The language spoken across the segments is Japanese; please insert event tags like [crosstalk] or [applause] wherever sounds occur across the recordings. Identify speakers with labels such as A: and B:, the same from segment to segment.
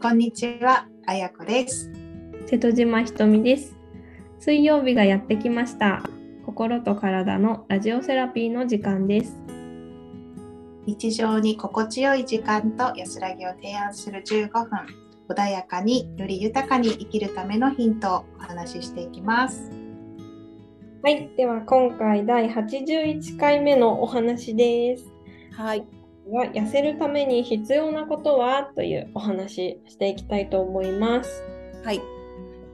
A: こんにちは、あやこです。
B: 瀬戸島ひとみです。水曜日がやってきました。心と体のラジオセラピーの時間です。
A: 日常に心地よい時間と安らぎを提案する15分、穏やかにより豊かに生きるためのヒントをお話ししていきます。
B: はい、では今回第81回目のお話です。
C: はい。
B: は痩せるために必要なことはというお話していきたいと思います。
C: はい。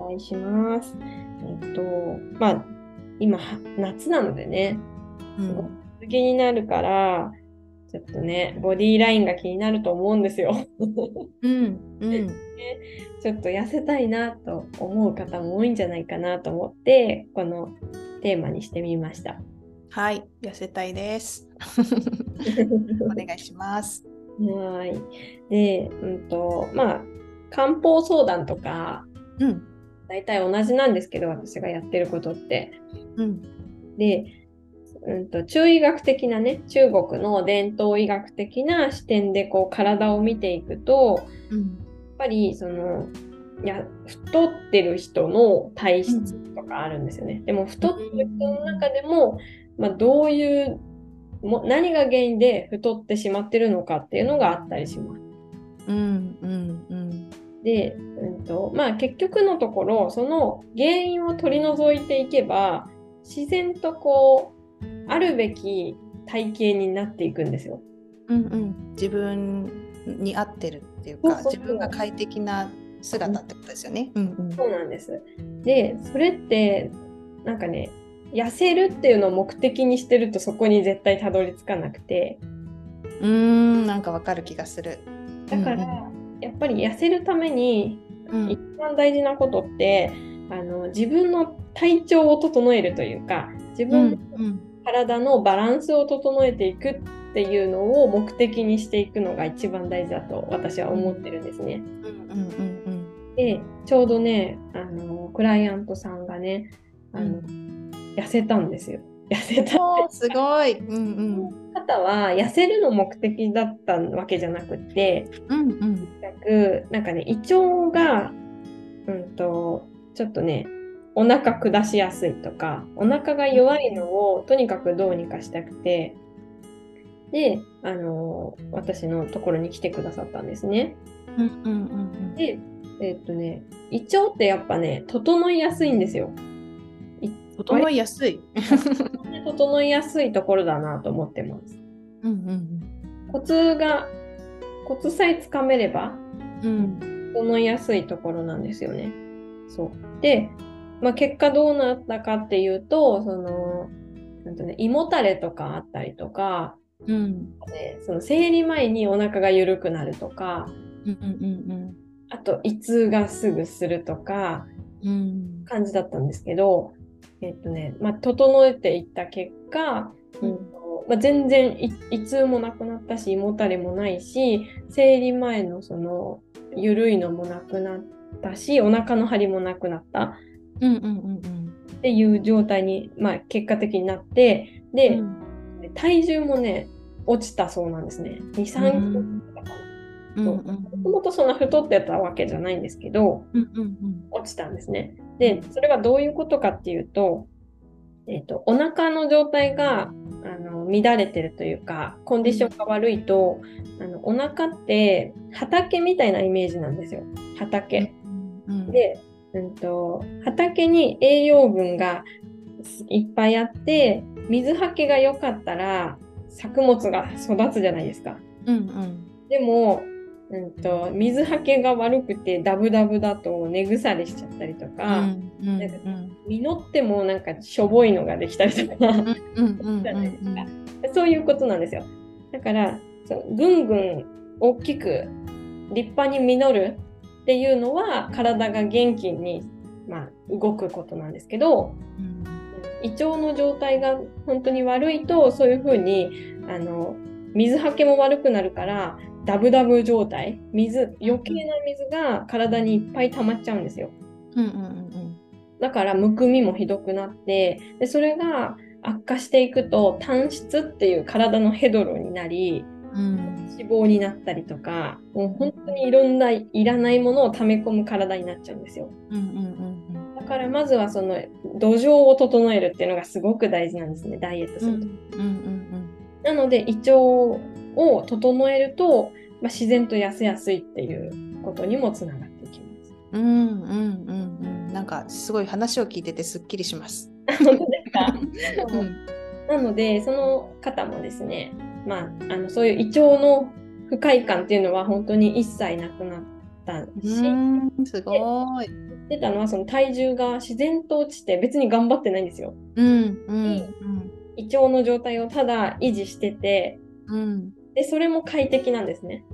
B: お願いします。えっと、まあ今は夏なのでね、
C: うん。
B: 薄着になるから、ちょっとね、ボディーラインが気になると思うんですよ。
C: うん。うん。
B: ちょっと痩せたいなと思う方も多いんじゃないかなと思ってこのテーマにしてみました。
C: はい。痩せたいです。
A: お願いします。
B: はいで、うんとまあ、漢方相談とか
C: うん。
B: 大体同じなんですけど私がやってることって。
C: うん。
B: で、うん、と中医学的なね中国の伝統医学的な視点でこう体を見ていくと
C: うん。
B: やっぱりそのいや太ってる人の体質とかあるんですよね。でも太ってる人の中でも、まあ、どういうも何が原因で太ってしまってるのかっていうのがあったりします。
C: うん。うん。うん。
B: で、うんとまあ、結局のところその原因を取り除いていけば自然とこうあるべき体型になっていくんですよ。
C: うん。うん。自分に合ってるっていうか、
B: そうそう
C: 自分が快適な姿ってことですよね。うん。うん。
B: そうなんです。で、それって、なんかね、痩せるっていうのを目的にしてるとそこに絶対たどり着かなくて、
C: うーん。なんかわかる気がする。
B: だから、やっぱり痩せるために
C: うん。
B: 一番大事なことって、あの自分の体調を整えるというか、自
C: うん。
B: 分の
C: うん。
B: 体のバランスを整えていくっていうのを目的にしていくのが一番大事だと私は思ってるんですね。
C: うん。うん。うん。
B: で、ちょうどね、あのクライアントさんがね、あの痩せたんですよ。痩せた
C: おーすごい。うん。
B: 方は痩せるの目的だったわけじゃなくて、
C: うん。うん。うん。
B: 逆なんかね胃腸がうんとちょっとねお腹下しやすいとかお腹が弱いのをとにかくどうにかしたくてであの私のところに来てくださったんですね。
C: うん。うん。うん。
B: でえっとね胃腸ってやっぱね整いやすいんですよ。
C: 整いやすい。
B: 整いやすいところだなと思ってます。
C: うん。うん。
B: コツがコツさえつかめれば
C: うん。
B: 整いやすいところなんですよね。そうで、まあ、結果どうなったかっていうとそのなんと、ね、胃もたれとかあったりとか、
C: うん。
B: ね、その生理前にお腹が緩くなるとか
C: うん。うん。
B: あと胃痛がすぐするとか
C: うん。
B: 感じだったんですけど、えっとねまあ、整えていった結果、
C: う
B: うんんとまあ、全然胃胃痛もなくなったし胃もたれもないし生理前のその緩いのもなくなったしお腹の張りもなくなった
C: うん。うん。うん。
B: っていう状態に、まあ、結果的になってで、
C: うん。
B: 体重もね落ちたそうなんですね2 3キロだったかな
C: うんうん
B: もともとそんな太ってたわけじゃないんですけど
C: うんうん
B: 落ちたんですねでそれはどういうことかっていうと,、えっとお腹の状態があの乱れてるというかコンディションが悪いとあのお腹って畑みたいなイメージなんですよ畑。
C: うん
B: で、うん、と畑に栄養分がいっぱいあって水はけが良かったら作物が育つじゃないですか。
C: うんうん
B: でも、うん、と水はけが悪くてダブダブだと根腐れしちゃったりと
C: う
B: か、
C: んうんうん
B: 実ってもなんかしょぼいのができたりとか、 [laughs]
C: うんうんうん
B: じゃ
C: う
B: ないですか
C: ん
B: そういうことなんですよ。だからそのぐんぐん大きく立派に実るっていうのは体が元気に、まあ、動くことなんですけど胃腸の状態が本当に悪いとそういうふうにあの水はけも悪くなるからダブダブ状態水余計な水が体にいっぱい溜まっちゃうんですよ。
C: うんうん
B: だからむくみもひどくなってでそれが悪化していくと炭質っていう体のヘドロになり
C: うん
B: 脂肪になったりとか、もう本当にいろんないらないものを溜め込む体になっちゃうんですよ。
C: うんうん
B: だからまずはその土壌を整えるっていうのがすごく大事なんですね、ダイエット
C: う
B: す
C: んう
B: る
C: ん
B: と。
C: うんうん
B: なので胃腸を整えると、まあ、自然と痩せやすいっていうことにもつながっていきます。
C: うんうんうんうんなんかすごい話を聞いててすっきりします。
B: 本当です
C: [laughs]
B: か
C: うん
B: なのでその方もですね、まあ、あのそういう胃腸の不快感っていうのは本当に一切なくなったし、
C: うんすごい。
B: 出たのはその体重が自然と落ちて別に頑張ってないんですよ。
C: うんうんうん
B: 胃腸の状態をただ維持してて
C: うん
B: でそれも快適なんですね。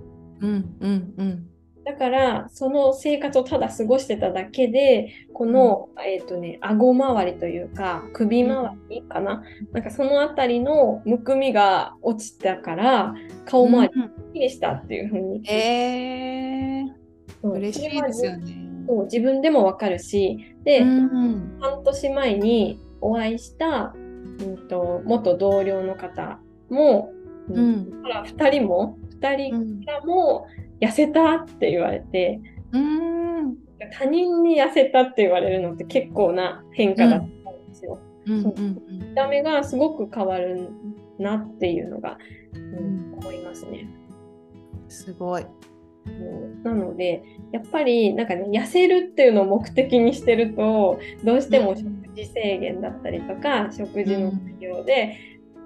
C: うんうんうん
B: だからその生活をただ過ごしてただけでこの、えっ、とね顎周りというか首周りかな、なんかそのあたりのむくみが落ちたから顔周り
C: うん
B: すっきりしたっていうふうに、
C: えー、
B: そう
C: 嬉しいですよね。
B: そう自分でもわかるしで、
C: うん
B: 半年前にお会いした、うん、と元同僚の方も、
C: う、ん
B: だから2人も2
C: う
B: 人
C: ん
B: からも痩せたって言われて。
C: うん
B: 他人に痩せたって言われるのって結構な変化だったんですよ。
C: うん
B: そう
C: うん
B: 見た目がすごく変わるなっていうのが、うんん、思いますね。
C: すごい。
B: うんなのでやっぱりなんかね痩せるっていうのを目的にしてるとどうしても食事制限だったりとか、食事の内容で、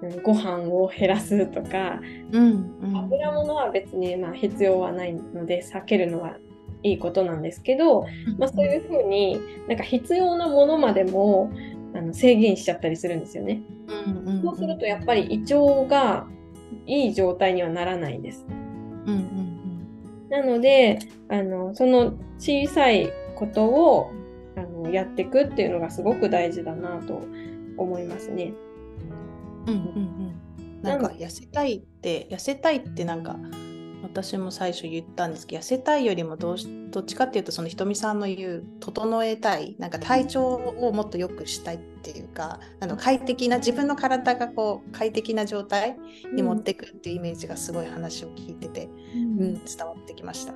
B: うんご飯を減らすとか
C: うんうん
B: 油物は別にまあ必要はないので避けるのはいいことなんですけど、まあ、そういうふうになんか必要なものまでもあの制限しちゃったりするんですよね。
C: うんうんうん
B: そうするとやっぱり胃腸がいい状態にはならないです。
C: うんうん
B: なのであのその小さいことをあのやっていくっていうのがすごく大事だなと思いますね。
C: うんうんうんうんなんか痩せたいって痩せたいってなんか私も最初言ったんですけど痩せたいよりもどうしどっちかっていうとそのひとみさんの言う整えたいなんか体調をもっと良くしたいっていうかあの快適な自分の体がこう快適な状態に持ってくっていうイメージがすごい話を聞いてて、
B: うん
C: うん、伝わってきました。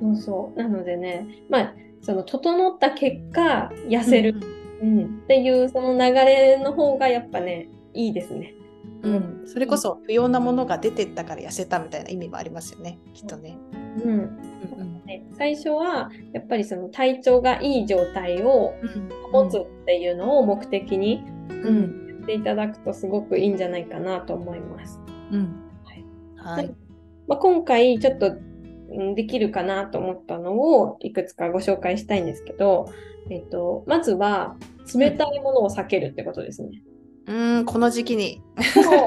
B: そうそうなのでね、まあ、その整った結果痩せる、うんっていうその流れの方がやっぱねいいですね。
C: うん、うんそれこそ不要なものが出てったから痩せたみたいな意味もありますよねきっとね。
B: うん、
C: うん
B: ね最初はやっぱりその体調がいい状態を
C: う
B: 持
C: ん
B: つっていうのを目的に
C: う
B: うん
C: ん
B: やっていただくとすごくいいんじゃないかなと思います。
C: うんはい。
B: まあ、今回ちょっとうんできるかなと思ったのをいくつかご紹介したいんですけど、えっと、まずは冷たいものを避けるってことですね。
C: うーん、この時期に
B: そうそう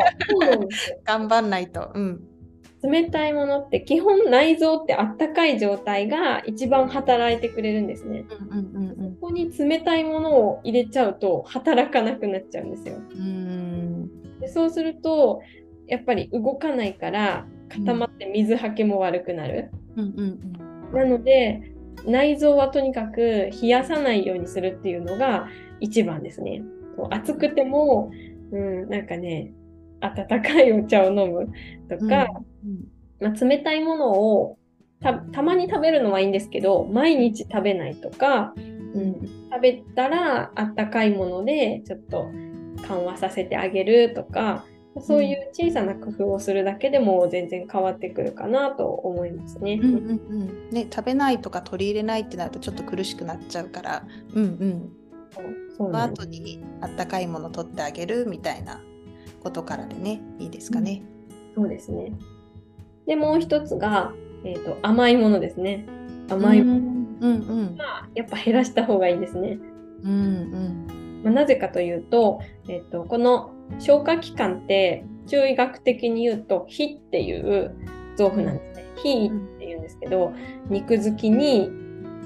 B: なんですよ
C: 頑張んないと。うん。
B: [laughs] 冷たいものって基本内臓ってあったかい状態が一番働いてくれるんですね。
C: うんうん
B: ここに冷たいものを入れちゃうと働かなくなっちゃうんですよ。
C: うんうん。
B: でそうするとやっぱり動かないから固まって水はけも悪くなる。
C: うんうんうん
B: なので内臓はとにかく冷やさないようにするっていうのが一番ですね。こう暑くても、うん、なんかね温かいお茶を飲むと
C: うん。
B: か、まあ、冷たいものをたたまに食べるのはいいんですけど毎日食べないとか、うん、食べたらあったかいものでちょっと緩和させてあげるとかそういう小さな工夫をするだけでも全然変わってくるかなと思いますね。
C: うんうんうん。ね、食べないとか取り入れないってなるとちょっと苦しくなっちゃうから、うんうん。
B: そう
C: その
B: なんです
C: 後にあったかいもの取ってあげるみたいなことからでね、いいですかね。
B: そうですね。でもう一つが、えー、と甘いものですね。甘いもの
C: うんうん
B: はやっぱ減らした方がいいですね。
C: うんうん
B: まあなぜかというと,、えー、とこの消化器官って中医学的に言うと「脾」っていう臓腑なんですね。脾っていうんですけど肉好きに、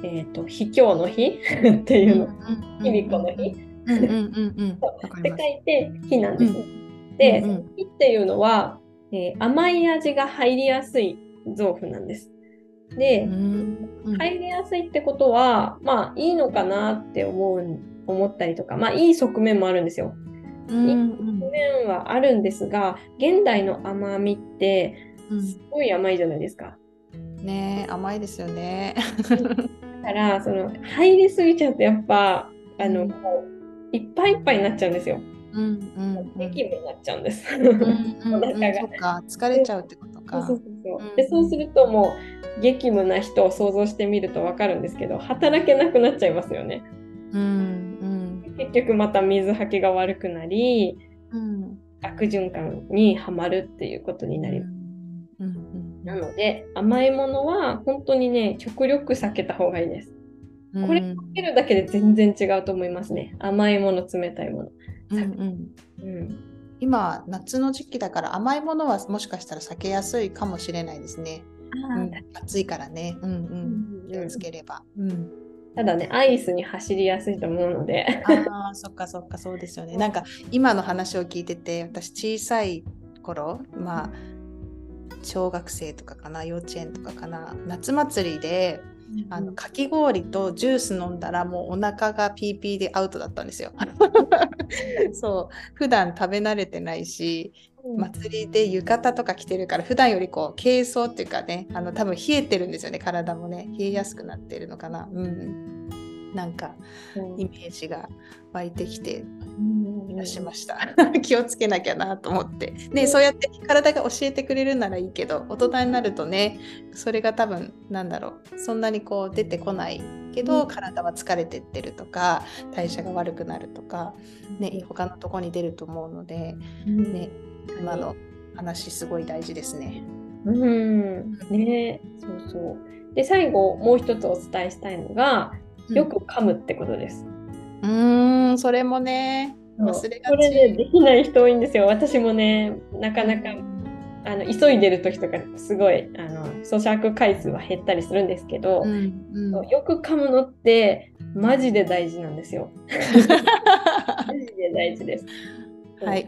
B: えー、と卑怯の脾 [laughs] っていうのを
C: うん。
B: 卑弥呼の脾
C: うんうんうんうん。わか
B: っ
C: り
B: て
C: ま
B: 書
C: す。
B: いて脾なんですね。
C: う
B: で、
C: うんうん
B: 脾っていうのは、えー甘い味が入りやすい臓腑なんです。で、
C: うんうん
B: 入りやすいってことはまあいいのかなって思う思ったりとかまあいい側面もあるんですよ。
C: うんうん
B: 面はあるんですが現代の甘みってすごい甘いじゃないですか。
C: ねえ甘いですよね。
B: だからその入りすぎちゃうとやっぱあ
C: う
B: の
C: ん
B: こういっぱいいっぱいになっちゃうんですよ。
C: うんうんうん
B: 激務になっちゃうんです。
C: うんうんうん
B: お腹が
C: そっか疲れちゃうってこと
B: [laughs] そう
C: か
B: そう。そうそう
C: うん
B: でそうするともう激務な人を想像してみると分かるんですけど働けなくなっちゃいますよね。
C: うん
B: 結局また水はけが悪くなり
C: うんうん。
B: 悪循環にはまるっていうことになります。
C: うんうん
B: なので甘いものは本当にね極力避けた方がいいです。
C: うん。
B: これ
C: うん
B: 避けるだけで全然違うと思いますね。甘いもの冷たいもの。
C: うんうん
B: うん、
C: 今夏の時期だから甘いものはもしかしたら避けやすいかもしれないですね。うん暑いからね。うんうん。気をつければ。うん。
B: ただねアイスに走りやすいと思うので。
C: ああ、そっかそっかそうですよね。なんか今の話を聞いてて、私小さい頃、まあ小学生とかかな、幼稚園とかかな、夏祭りであのかき氷とジュース飲んだらもうお腹がピーピーでアウトだったんですよ。 [laughs] そう普段食べ慣れてないし祭りで浴衣とか着てるから普段よりこう軽装っていうかねあの多分冷えてるんですよね体もね冷えやすくなってるのかな。うんなんか
B: うん
C: イメージが湧いてきて
B: うん
C: 出しました [laughs] 気をつけなきゃなと思ってねそうやって体が教えてくれるならいいけど大人になるとねそれが多分なんだろうそんなにこう出てこないけど、
B: うん
C: 体は疲れてってるとか代謝が悪くなるとか、ね、他のとこに出ると思うので、
B: うん
C: ね、今の話すごい大事ですね。
B: うん、ねそうそう。で最後もう一つお伝えしたいのがよく噛むってことです。
C: うーんそれもね忘れがち
B: これねできない人多いんですよ。私もねなかなか
C: う
B: あの急いでる時とかすごいあの咀嚼回数は減ったりするんですけど、
C: んうん [laughs]
B: よく噛むのってマジで大事なんですよ。マジで大事です。
C: はい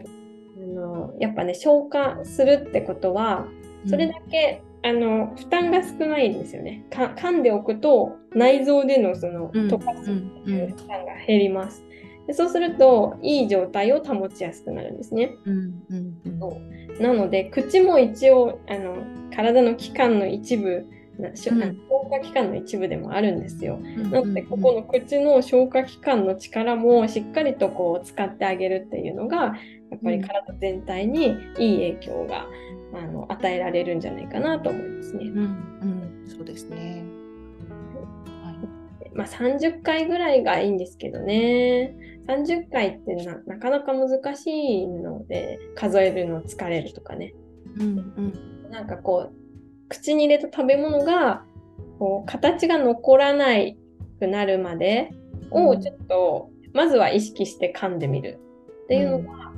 B: あのやっぱね消化するってことはそれだけ、あの負担が少ないんですよね。か噛んでおくと内臓でのその
C: うん
B: 溶かす
C: うんうん
B: 負担が減ります。でそうするといい状態を保ちやすくなるんですね。
C: うんうんうん
B: なので口も一応あの体の器官の一部なしょ
C: うん
B: あの消化器官の一部でもあるんですよ。
C: うん
B: なのでここの口の消化器官の力もしっかりとこう使ってあげるっていうのがやっぱり体全体にいい影響があの与えられるんじゃないかなと思いますね。
C: うんうん、そうですね。はい
B: まあ、30回ぐらいがいいんですけどね30回ってななかなか難しいので数えるの疲れるとかね
C: うんうん
B: なんかこう口に入れた食べ物がこう形が残らないくなるまでを
C: うん
B: ちょっと、まずは意識して噛んでみるっていうのが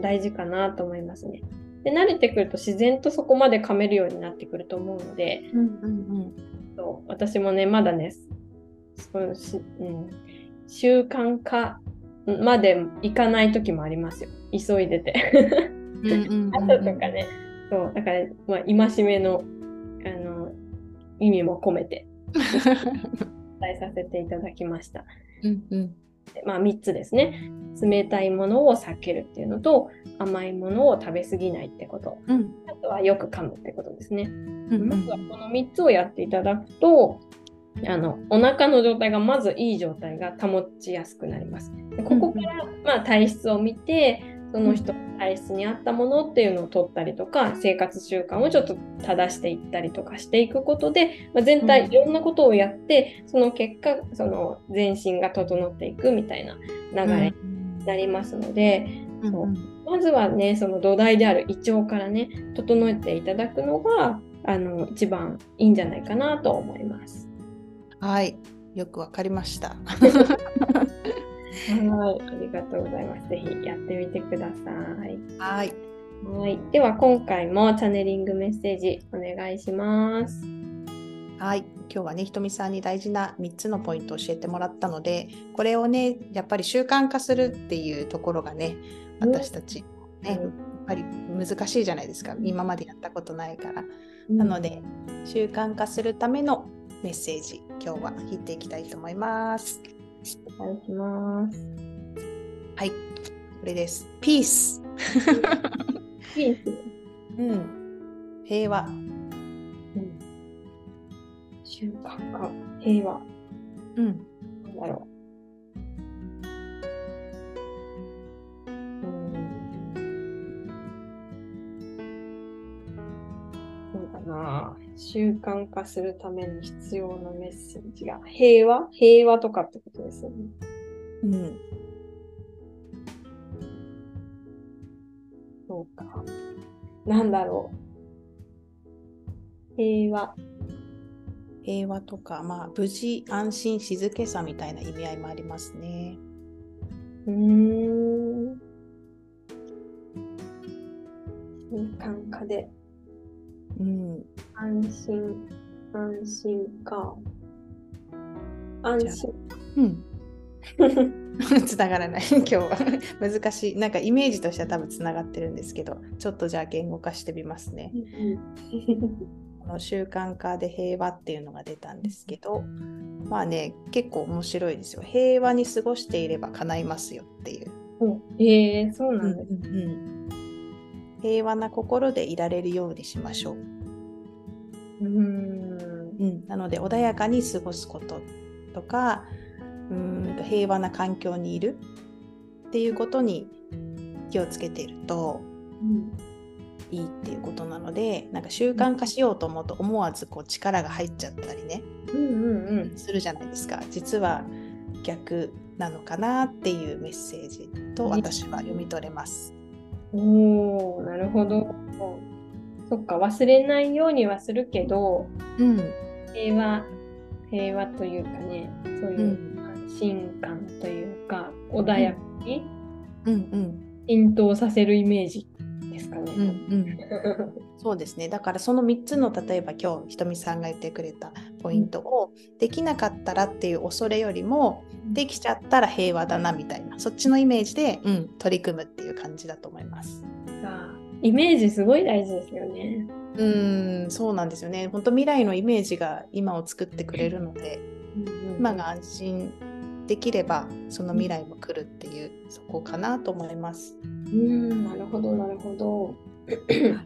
B: 大事かなと思いますね。で慣れてくると自然とそこまで噛めるようになってくると思うので
C: うんうん
B: そう私もねまだねそうし、うん、習慣化までいかない時もありますよ急いでて。
C: うんうんうんうん
B: 朝とかね、そう、だから、まあ、戒めの、あの、意味も込めて、伝えさせていただきました。
C: うんうん
B: でまあ、3つですね。冷たいものを避けるっていうのと、甘いものを食べ過ぎないってこと。
C: うん
B: あとはよく噛むってことですね。
C: う
B: まず
C: ん
B: はこの3つをやっていただくと、あのお腹の状態がまずいい状態が保ちやすくなります。でここから、まあ、体質を見てその人の体質に合ったものっていうのを取ったりとか生活習慣をちょっと正していったりとかしていくことで、まあ、全
C: う
B: 体
C: ん
B: いろんなことをやってその結果その全身が整っていくみたいな流れになりますので、
C: うんうん
B: まずはね、その土台である胃腸からね、整えていただくのが、あの、一番いいんじゃないかなと思います。
C: はい、よくわかりました。
B: はい。ありがとうございます。ぜひやってみてください。
C: はい、
B: はい。では、今回もチャネリングメッセージお願いします。
C: はい、今日はね、ひとみさんに大事な3つのポイントを教えてもらったので、これをね、やっぱり習慣化するっていうところがね、私たち、ね、やっぱり難しいじゃないですか、今までやったことないから。なので、習慣化するためのメッセージ、今日は引いていきたいと思います。
B: お願いします。
C: はい、これです。ピース。
B: ピース
C: うん。平和
B: うん習慣化、平和、
C: うん
B: なんだろう。うん。そうだな。習慣化するために必要なメッセージが、平和平和とかってことですよね。
C: うん
B: そうか。なんだろう。平和。
C: 平和とか、まあ、無事安心静けさみたいな意味合いもありますね。
B: うーん。習慣化で。
C: うん、
B: 安心、安心か。安心。 [laughs]
C: うん、 [laughs] つながらない [laughs] 今日は難しいなんかイメージとしては多分つながってるんですけどちょっとじゃあ言語化してみますね。この習慣化で平和っていうのが出たんですけどまあね結構面白いですよ。平和に過ごしていれば叶いますよっていう。
B: ええそう
C: う
B: なんんだ。
C: うんうん平和な心でいられるようにしましょう。
B: うーん。
C: うん、なので穏やかに過ごすこととかうーんと平和な環境にいるっていうことに気をつけているといいっていうことなのでなんか習慣化しようと思うと思わずこう力が入っちゃったりね
B: うんうんうん。
C: するじゃないですか実は逆なのかなっていうメッセージと私は読み取れます。
B: おおなるほど。そっか、忘れないようにはするけど、
C: うん、
B: 平和、平和というかね、そう
C: う、
B: いうん安心感というか、穏やかに
C: うんうん
B: 浸透させるイメージですかね。
C: うんうんそうですねだからその3つの例えば今日ひとみさんが言ってくれたポイントを、できなかったらっていう恐れよりもできちゃったら平和だなみたいなそっちのイメージで、うん、取り組むっていう感じだと思います。
B: [laughs] あイメージすごい大事ですよね。
C: うーんそうなんですよね本当未来のイメージが今を作ってくれるので今が安心できればその未来も来るっていうそこかなと思います。
B: うん、なるほど、なるほど。 [coughs]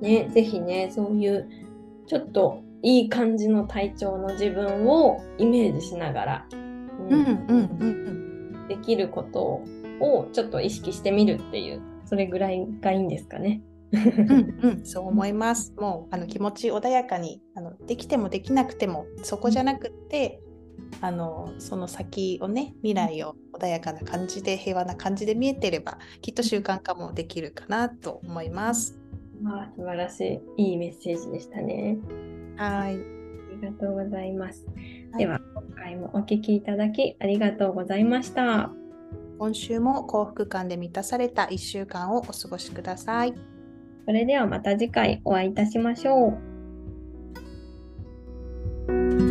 B: ね、ぜひね、そういうちょっといい感じの体調の自分をイメージしながら、うん
C: ん
B: できることをちょっと意識してみるっていう、それぐらいがいいんですかね。
C: うんうん、そう思います。もうあの気持ち穏やかにあのできてもできなくてもそこじゃなくって、あのその先をね未来を穏やかな感じで平和な感じで見えてればきっと習慣化もできるかなと思います。
B: まあ、素晴らしい、いいメッセージでしたね。
C: はい、
B: ありがとうございます。
C: はい
B: では、今回もお聞きいただきありがとうございました。
C: 今週も幸福感で満たされた1週間をお過ごしください。
B: それではまた次回お会いいたしましょう。